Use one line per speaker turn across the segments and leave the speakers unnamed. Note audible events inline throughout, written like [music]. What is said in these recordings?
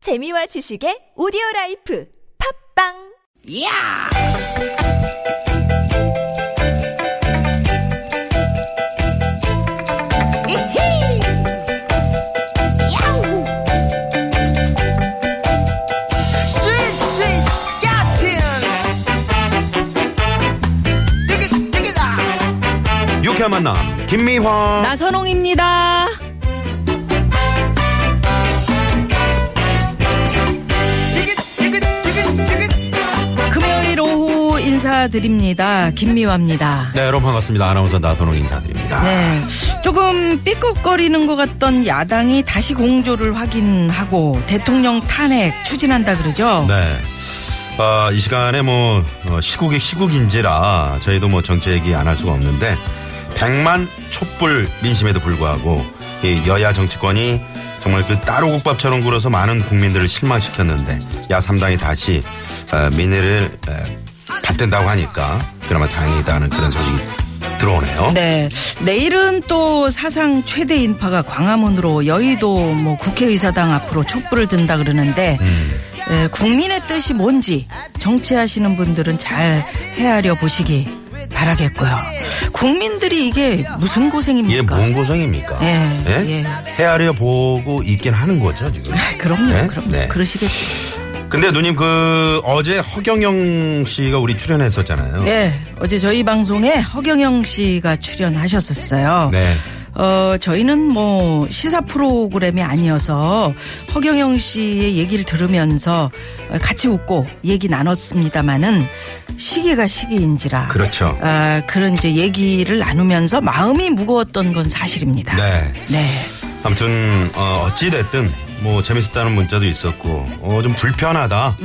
재미와 지식의 오디오 라이프 팝빵
이야! 이히! 야우! 스윗, 스윗, 스틴! 띠기, 띠기다!
유쾌한 만남 김미화
나선홍입니다.
띠기, 띠기, 띠기, 띠기!
금요일 오후 인사드립니다. 김미화입니다.
네 여러분 반갑습니다 아나운서 나선홍 인사드립니다
네. 조금 삐걱거리는 것 같던 야당이 다시 공조를 확인하고 대통령 탄핵 추진한다 그러죠?
네. 아, 이 시간에 뭐 어, 시국이 시국인지라 저희도 뭐 정치 얘기 안 할 수가 없는데 100만 촛불 민심에도 불구하고 이 여야 정치권이 정말 그 따로 국밥처럼 굴어서 많은 국민들을 실망시켰는데 야3당이 다시 어, 민의를 에, 받든다고 하니까 그나마 다행이다는 그런 소식이 들어오네요.
네. 내일은 또 사상 최대 인파가 광화문으로 여의도 뭐 국회의사당 앞으로 촛불을 든다 그러는데
음.
에, 국민의 뜻이 뭔지 정치하시는 분들은 잘 헤아려 보시기 바라겠고요. 국민들이 이게 무슨
이게
고생입니까?
뭔 고생입니까?
예, 예. 아,
헤아려 보고 있긴 하는 거죠
[laughs]
지금.
그럼요,
네,
그럼요.
네.
그러시겠죠.
근데 누님 그 어제 허경영 씨가 우리 출연했었잖아요.
예, 어제 저희 방송에 허경영 씨가 출연하셨었어요.
네.
어, 저희는 뭐 시사 프로그램이 아니어서 허경영 씨의 얘기를 들으면서 같이 웃고 얘기 나눴습니다마는 시기가 시기인지라.
그렇죠.
아, 그런 이제 얘기를 나누면서 마음이 무거웠던 건 사실입니다.
네.
네.
아무튼 어, 찌 됐든 뭐 재밌었다는 문자도 있었고 어, 좀 불편하다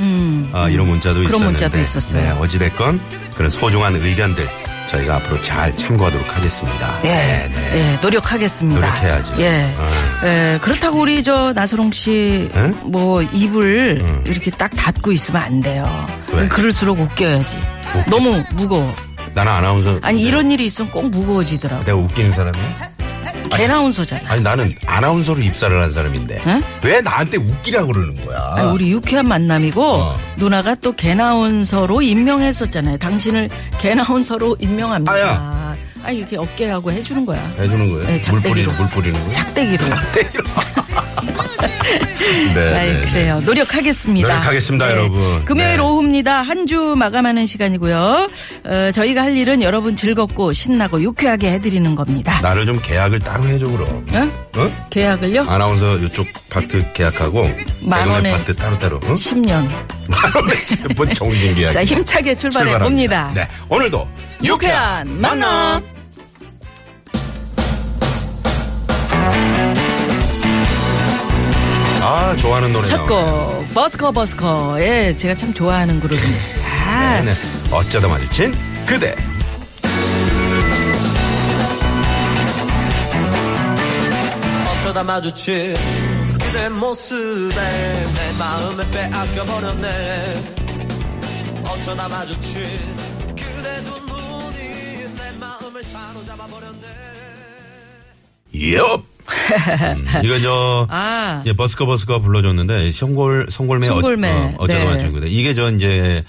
아, 이런 문자도
음. 그런
있었는데
문자도 있었어요.
네, 어찌 됐건 그런 소중한 의견들 저희가 앞으로 잘 참고하도록 하겠습니다.
예,
네, 네.
예, 노력하겠습니다.
노력해야죠.
예.
어.
예, 그렇다고 우리 저 나서롱 씨,
응?
뭐 입을 이렇게 딱 닫고 있으면 안 돼요.
왜?
그럴수록 웃겨야지.
웃기-
너무 무거워.
나는 아나운서
아니 이런 일이 있으면 꼭 무거워지더라고.
내가 웃기는 사람이야? 네.
개나운서잖아.
아니 나는 아나운서로 입사를 한 사람인데
응?
왜 나한테 웃기라고 그러는 거야?
아니, 우리 유쾌한 만남이고
어.
누나가 또 개나운서로 임명했었잖아요. 당신을 개나운서로 임명합니다.
아야.
아니, 이렇게 어깨하고 해주는 거야.
해주는 거예요?
네,
물
작대기로.
뿌리는 물 뿌리는 거예요? [laughs]
작대기로. [laughs]
네,
아이,
네, 네.
그래요. 노력하겠습니다.
노력하겠습니다, 여러분.
금요일
네.
오후입니다. 한 주 마감하는 시간이고요. 어, 저희가 할 일은 여러분 즐겁고 신나고 유쾌하게 해드리는 겁니다.
나를 좀 계약을 따로 해줘 그럼.
어?
어?
계약을요?
아나운서 이쪽 파트 계약하고
만
개그맨
원에-
파트 따로따로. 어?
10년.
[laughs] 만 원에 뭐 정신 계약.
자, 힘차게 출발해
출발합니다.
봅니다.
네, 오늘도
유쾌한 만남.
아, 좋아하는 노래. 나오네.
첫 곡, 버스커 버스커. 예, 제가 참 좋아하는 그룹입니다. 아,
네, 네. 어쩌다 마주친 그대.
어쩌다 마주친 그대 모습에 내 마음을 빼앗겨버렸네 어쩌다 마주친 그대 두 눈이 내 마음을 사로잡아버렸네
[laughs]
엽. 음, 이거 저
아.
예, 버스커 버스커 불러줬는데 성골 성골매
송골매.
어, 어쩌다
네.
맞춘 거데 이게 저 이제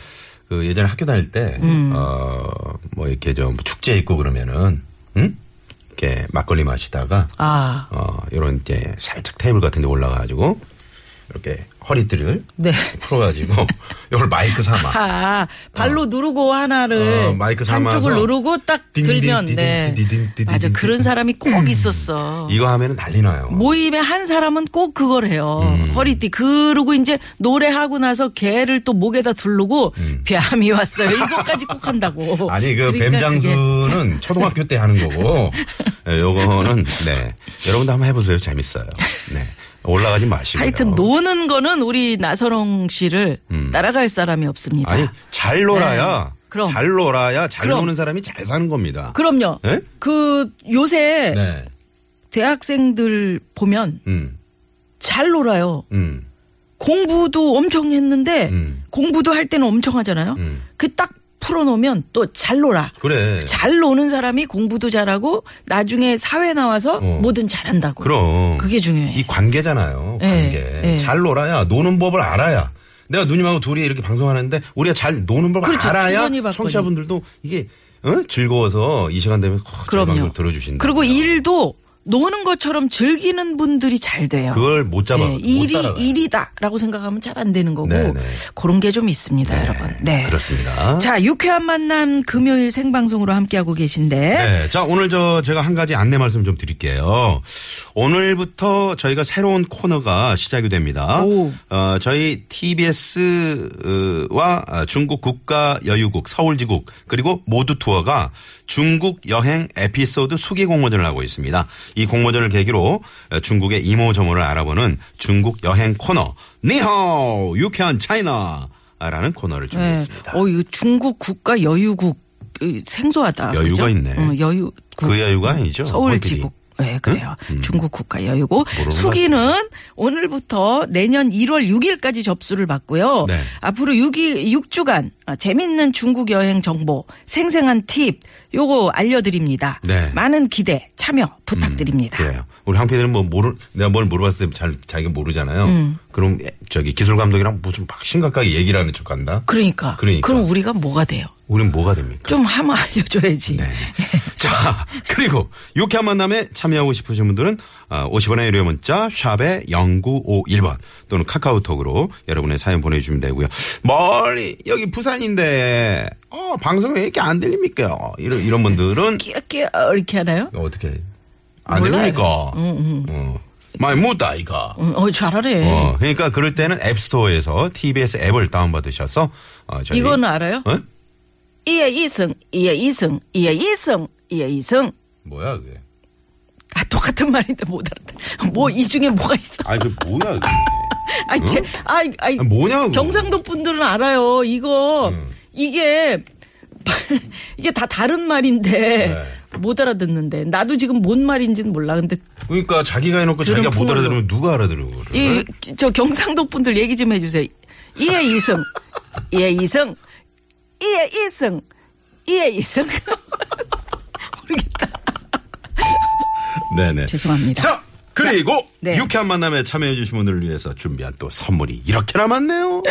그 예전에 학교 다닐
음.
때어뭐 이렇게 좀 축제 있고 그러면은 응? 이렇게 막걸리 마시다가
아,
어 이런 이제 살짝 테이블 같은 데 올라가 가지고 이렇게 허리띠를
네.
풀어 가지고 [laughs] 이걸 마이크 삼아
아, 발로 누르고 하나를
어, 마이크 삼아서
한쪽을 누르고 딱
딩,
들면
딩, 딩,
네.
딩, 딩, 딩, 딩,
맞아.
딩,
그런
딩. 음.
사람이 꼭 있었어.
이거 하면은 난리 나요.
모임에 한 사람은 꼭 그걸 해요.
음.
허리띠. 그러고 이제 노래하고 나서 개를 또 목에다 두르고 뱀이 왔어요. 이거까지 꼭 한다고.
음. [laughs] 아니 그
그러니까 그게
뱀장수는 초등학교 때 하는
[laughs]
거고 예, 요거는 네 여러분도 한번 해보세요 재밌어요 네 올라가지 마시고요
하여튼 노는 거는 우리 나선홍 씨를 따라갈 사람이 없습니다.
음. 아니 잘 놀아야
네, 그럼.
잘 놀아야 잘
그럼.
노는 사람이 잘 사는 겁니다
그럼요.
예?
그 요새
네
대학생들 보면
음,
잘 놀아요.
음.
공부도 엄청 했는데
음.
공부도 할 때는 엄청 하잖아요.
음.
그 딱 풀어놓으면 또 잘 놀아.
그래.
잘 노는 사람이 공부도 잘하고 나중에 사회 나와서 뭐든 잘한다고.
어. 그럼.
그게 중요해.
이 관계잖아요.
예,
관계.
예.
잘 놀아야 노는 법을 알아야. 내가 누님하고 둘이 이렇게 방송하는데 우리가 잘 노는 법을
그렇죠.
알아야
주거니 받거니.
청취자분들도 이게 어? 즐거워서 이 시간 되면 어, 저희 방송
그럼요.
들어주신다.
그리고 일도 노는 것처럼 즐기는 분들이 잘 돼요.
그걸 못 잡아.
예,
못
일이
따라가요.
일이다라고 생각하면 잘 안 되는 거고
네, 네.
그런 게 좀 있습니다, 여러분. 네.
그렇습니다.
자, 유쾌한 만남 금요일 생방송으로 함께하고 계신데
네. 자, 오늘 저 제가 한 가지 안내 말씀 좀 드릴게요. 오늘부터 저희가 새로운 코너가 시작이 됩니다.
오.
어, 저희 TBS와 중국 국가여유국 서울지국 그리고 모두 투어가 중국 여행 에피소드 수기 공모전을 하고 있습니다. 이 공모전을 계기로 중국의 이모저모를 알아보는 중국 여행 코너 니하오 유쾌한 차이나 라는 코너를 준비했습니다.
어, 이거 중국 국가 여유국 이, 생소하다.
여유가
그죠?
있네.
어, 여유국.
그 여유가 아니죠,
서울
홀길이.
지국. 네, 그래요. 중국 국가 여유고
모르는
수기는 오늘부터 내년 1월 6일까지 접수를 받고요.
네.
앞으로 6일 6주간 아, 재밌는 중국 여행 정보, 생생한 팁 요거 알려 드립니다.
네. 음, 예.
많은 기대, 참여 부탁드립니다.
그래요. 우리 황 PD는 뭐 모르 내가 뭘 물어봤을 때 잘 자기가 모르잖아요.
음.
그럼 예, 저기 기술 감독이랑 무슨 막 심각하게 얘기를 하는 척한다.
그러니까.
그러니까.
럼 우리가 뭐가 돼요?
우린 뭐가 됩니까?
좀 한번 알려 줘야지.
네. 자 [laughs] 그리고 유쾌한 만남에 참여하고 싶으신 분들은 50원의 유료 문자 샵에 0951번 또는 카카오톡으로 여러분의 사연 보내주시면 되고요. 멀리 여기 부산인데 어, 방송 왜 이렇게 안 들립니까? 어, 이런 이런 분들은
끼끼 어, 이렇게 하나요?
어떻게 해요? 안
몰라요.
들립니까? 어. 많이 못다 이가.
음, 어, 잘하네.
어, 그러니까 그럴 때는 앱스토어에서 TBS 앱을 다운받으셔서 어, 저희
이거는 알아요?
어?
이에 이승, 이에 이승, 이에 이승, 이에 이승.
뭐야 그게?
아, 똑같은 말인데 못 알았다. 뭐, 이 중에 뭐가 있어? [laughs]
아니 그 뭐야 그게?
아, 제, 아, 아,
아, 뭐냐고. 음.
경상도 분들은 알아요. 이거, 이게, [laughs] 이게 다 다른 말인데,
네.
못 알아듣는데. 나도 지금 뭔 말인지는 몰라. 근데,
그러니까 자기가 해놓고
들은
자기가 못
풀로.
알아들으면 누가 알아들어 그거를?
이, 저 경상도 분들 얘기 좀 해주세요. 이에 이승, 이에 이승, 이에 이승, 이에 이승. [laughs] 모르겠다.
네네.
죄송합니다.
자 그리고
네.
유쾌한 만남에 참여해주신 분들을 위해서 준비한 또 선물이 이렇게
[gasps]
남았네요.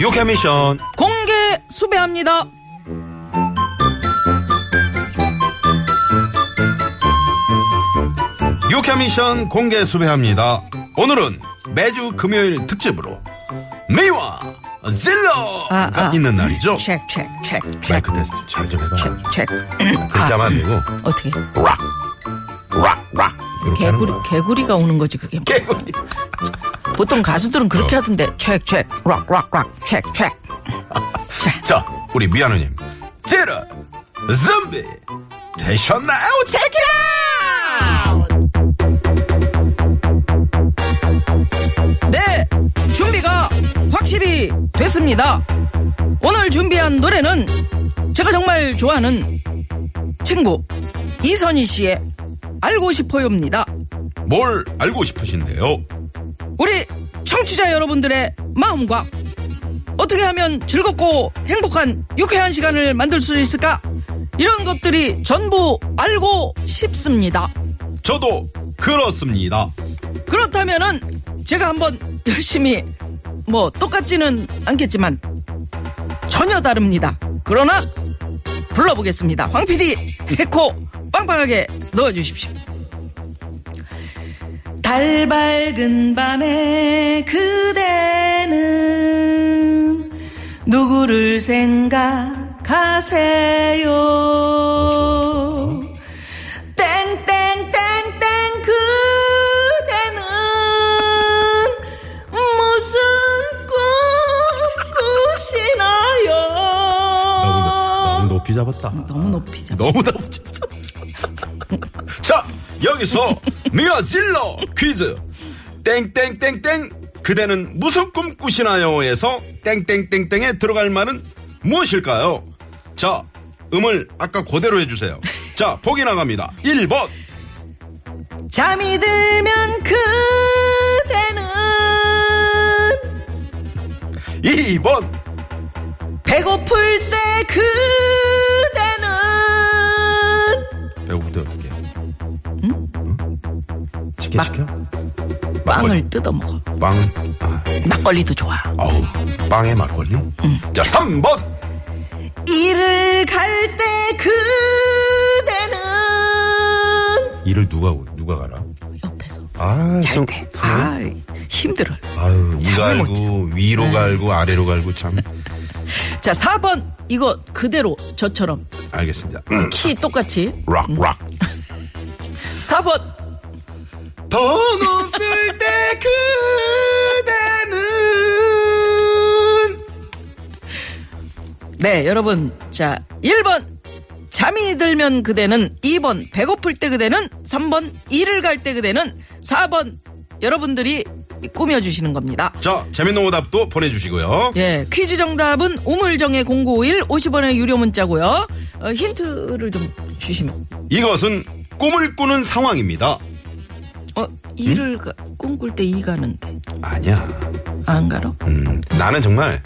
유쾌 미션
공개 수배합니다.
유캐미션 공개 수배합니다. 오늘은 매주 금요일 특집으로 미와
아,
질러가
아.
있는 날이죠.
체크 체크 체크 체크
마이크 테스트 잘좀 해봐.
체크 체크
음, 그렇게 하면 안 되고
아, 어떻게
락락락 이렇게 하는
아. 개구리
거야.
개구리가 오는 거지 그게
개구리.
보통 가수들은 그렇게
어.
하던데 체크 체크 락락락 체크
[laughs]
체크
자 우리 미아누님 질러 좀비 되셨나요? 체키라.
네 준비가 확실히 됐습니다 오늘 준비한 노래는 제가 정말 좋아하는 친구 이선희 씨의 알고 싶어요입니다
뭘 알고 싶으신데요?
우리 청취자 여러분들의 마음과 어떻게 하면 즐겁고 행복한 유쾌한 시간을 만들 수 있을까? 이런 것들이 전부 알고 싶습니다.
저도 그렇습니다.
그렇다면은 제가 한번 열심히 뭐 똑같지는 않겠지만 전혀 다릅니다. 그러나 불러보겠습니다. 황 PD 에코 빵빵하게 넣어주십시오. 달 밝은 밤에 그대는 누구를 생각하세요? 땡땡땡땡 그대는 무슨 꿈
너무
꾸시나요?
높이 잡았다.
너무 높이 잡.
너무 너무 자 여기서 미아질러 퀴즈 땡땡땡땡 그대는 무슨 꿈 꾸시나요에서 땡땡땡땡에 들어갈 말은 무엇일까요? 자 음을 아까 그대로 해주세요. 자 보기 나갑니다. 1번
잠이 들면 그대는
2번
배고플 때 그대는
배고플 때 어떻게 해요? 응? 치킨
막-
시켜?
빵을 뜯어먹어.
빵을 아,
막걸리도 좋아.
아우 빵에 막걸리? 자 3번
일을 갈 때 그대는
이를 누가 누가 가라?
옆에서
아,
잘
성-
때.
성-
아 힘들어요.
아유, 이
잠을 못 네.
갈고 위로 갈고 아래로 갈고 참
자 4번 이거 그대로 저처럼
알겠습니다. 음,
키 똑같이
락 락.
4번
돈 없을 때 그대는
네, 여러분. 자, 1번. 잠이 들면 그대는 2번. 배고플 때 그대는 3번. 일을 갈 때 그대는 4번. 여러분들이 꾸며주시는 겁니다.
자, 재밌는 오답도 보내주시고요.
예, 퀴즈 정답은 우물정의 0951 50원의 유료 문자고요. 어, 힌트를 좀 주시면.
이것은 꿈을 꾸는 상황입니다.
어, 일을 가- 꿈꿀 때 이 가는데.
아니야.
안 가로?
음, 나는 정말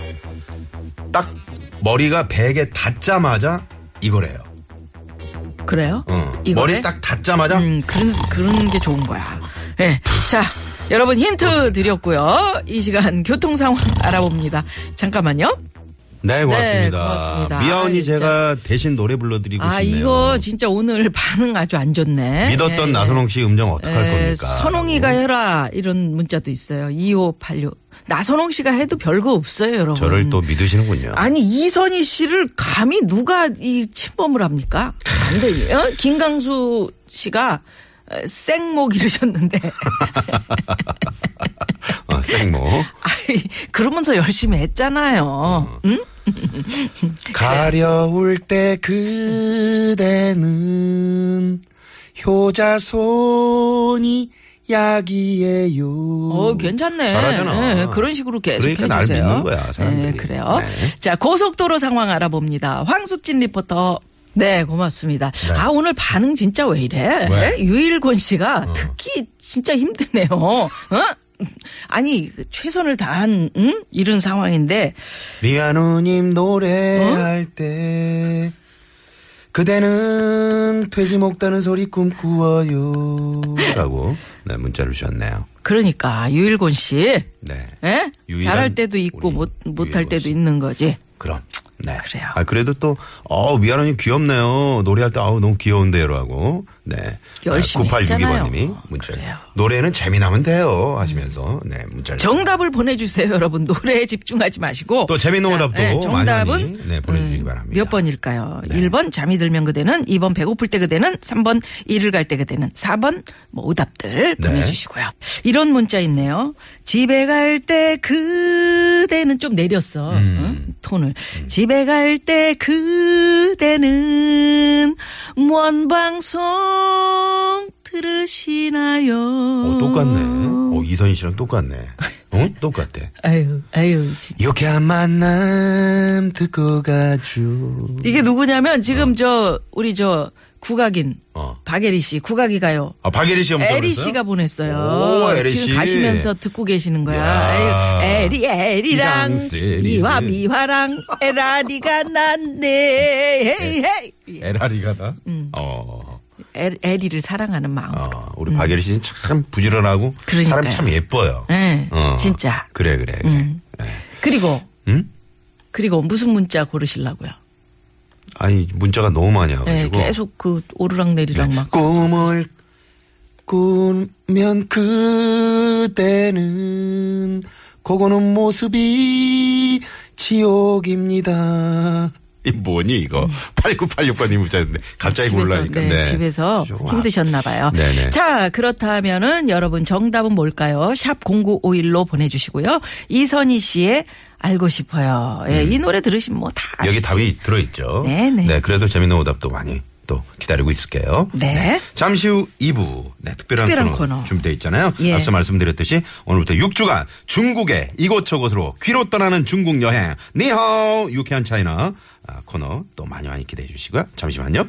딱 머리가 베개 닿자마자 이거래요.
그래요?
어,
이거네?
머리 딱 닿자마자
음, 그런, 그런 게 좋은 거야. 예. 자, 여러분 힌트 드렸고요. 이 시간 교통 상황 알아봅니다. 잠깐만요.
네, 고맙습니다.
고맙습니다.
미아 언니
아, 진짜.
제가 대신 노래 불러드리고
아,
싶네요.
이거 진짜 오늘 반응 아주 안 좋네.
믿었던
예,
나선홍 씨 음정 어떡할
예,
겁니까?
선홍이가 해라 이런 문자도 있어요. 2586. 나선홍 씨가 해도 별거 없어요, 여러분.
저를 또 믿으시는군요.
음. 아니 이선희 씨를 감히 누가 이 침범을 합니까? 안 돼요. 어? 김강수 씨가 에, 생목 이르셨는데
어,
네.
생모.
아이 그러면서 열심히 했잖아요.
음.
응?
가려울 때 그대는 효자손이 약이에요.
어, 괜찮네.
잘하잖아.
네, 그런 식으로 계속
그러니까 날
해주세요.
믿는 거야, 사람들이.
네, 그래요.
네.
자, 고속도로 상황 알아봅니다. 황숙진 리포터. 네, 고맙습니다. 아, 오늘 반응 진짜 왜 이래? 네?
왜? 어.
유일곤 씨가 특히 진짜 힘드네요. 어? 아니, 그 최선을 다한, 응? 이런 상황인데,
미아누님 노래할
어?
때 그대는 돼지 먹다는 소리 꿈꾸어요. 라고 네, 문자를 주셨네요.
그러니까, 유일곤 씨.
네.
예?
유일한
잘할 때도 있고,
우리
못,
유일곤
못할 때도
씨.
있는 거지.
그럼. 네.
그래요.
아, 그래도 또, 어, 미아노님 귀엽네요. 노래할 때, 아우, 너무 귀여운데요. 하고, 네.
열심히
9862번님이
했잖아요.
문자.
그래요.
노래는 재미나면 돼요. 하시면서, 네, 문자를.
정답을 보내주세요, [laughs] 여러분. 노래에 집중하지 마시고.
또 재밌는
자,
오답도
예,
많이
정답은 음,
많이, 네, 보내주시기 바랍니다.
몇 번일까요?
네.
1번 잠이 들면 그대는, 2번 배고플 때 그대는, 3번 일을 갈 때 그대는, 4번 뭐 오답들
네.
보내주시고요. 이런 문자 있네요. 집에 갈 때 그대는 좀 내렸어.
음.
응? 톤을. 집에 갈 때 그대는 뭔 방송 들으시나요?
어, 똑같네. 어, 이선희 씨랑 똑같네. 어? 똑같대.
아유, 아유, 진짜.
유쾌한 만남 듣고 가죠.
이게 누구냐면 지금 저 우리 저 국악인
어.
박예리 씨 국악이 가요.
아, 박예리 씨가 문자
에리
보냈어요?
씨가 보냈어요.
오, 에리 씨.
지금 가시면서 듣고 계시는
야.
거야. 에리 에리랑
이랑스, 에리스.
미화 미화랑 에라리가 난네. 헤이, 헤이.
에라리가 나?
음.
어.
에- 에리를 사랑하는 마음.
어,
으로
우리 박예리 씨는 참 부지런하고
그러니까요.
사람 참 예뻐요. 어.
예, 진짜. 음.
그래 그래. 그래.
그리고
음?
그리고 무슨 문자 고르시려고요?
아니 문자가 너무 많이
예,
와가지고 네.
계속 그 오르락 내리락 막.
꿈을 꾸면 그대는 고고는 모습이 지옥입니다. 이 뭐니 이거 8986번님 문자였는데 갑자기 몰라니까
음. 네, 집에서 힘드셨나 봐요.
네네.
자, 그렇다면은 여러분 정답은 뭘까요? 샵 0951로 보내 주시고요. 이선희 씨의 알고 싶어요. 예, 이 노래 들으시면 뭐 다
음.
아시죠.
여기 답이 들어있죠.
네네.
네, 그래도 재밌는 오답도 많이 또 기다리고 있을게요.
네.
잠시 후 2부. 네, 특별한,
특별한
코너,
코너.
준비되어 있잖아요.
예.
앞서 말씀드렸듯이 오늘부터 6주간 중국의 이곳저곳으로 귀로 떠나는 중국 여행. 니하오 유쾌한 차이나 아, 코너 또 많이 많이 기대해 주시고요. 잠시만요.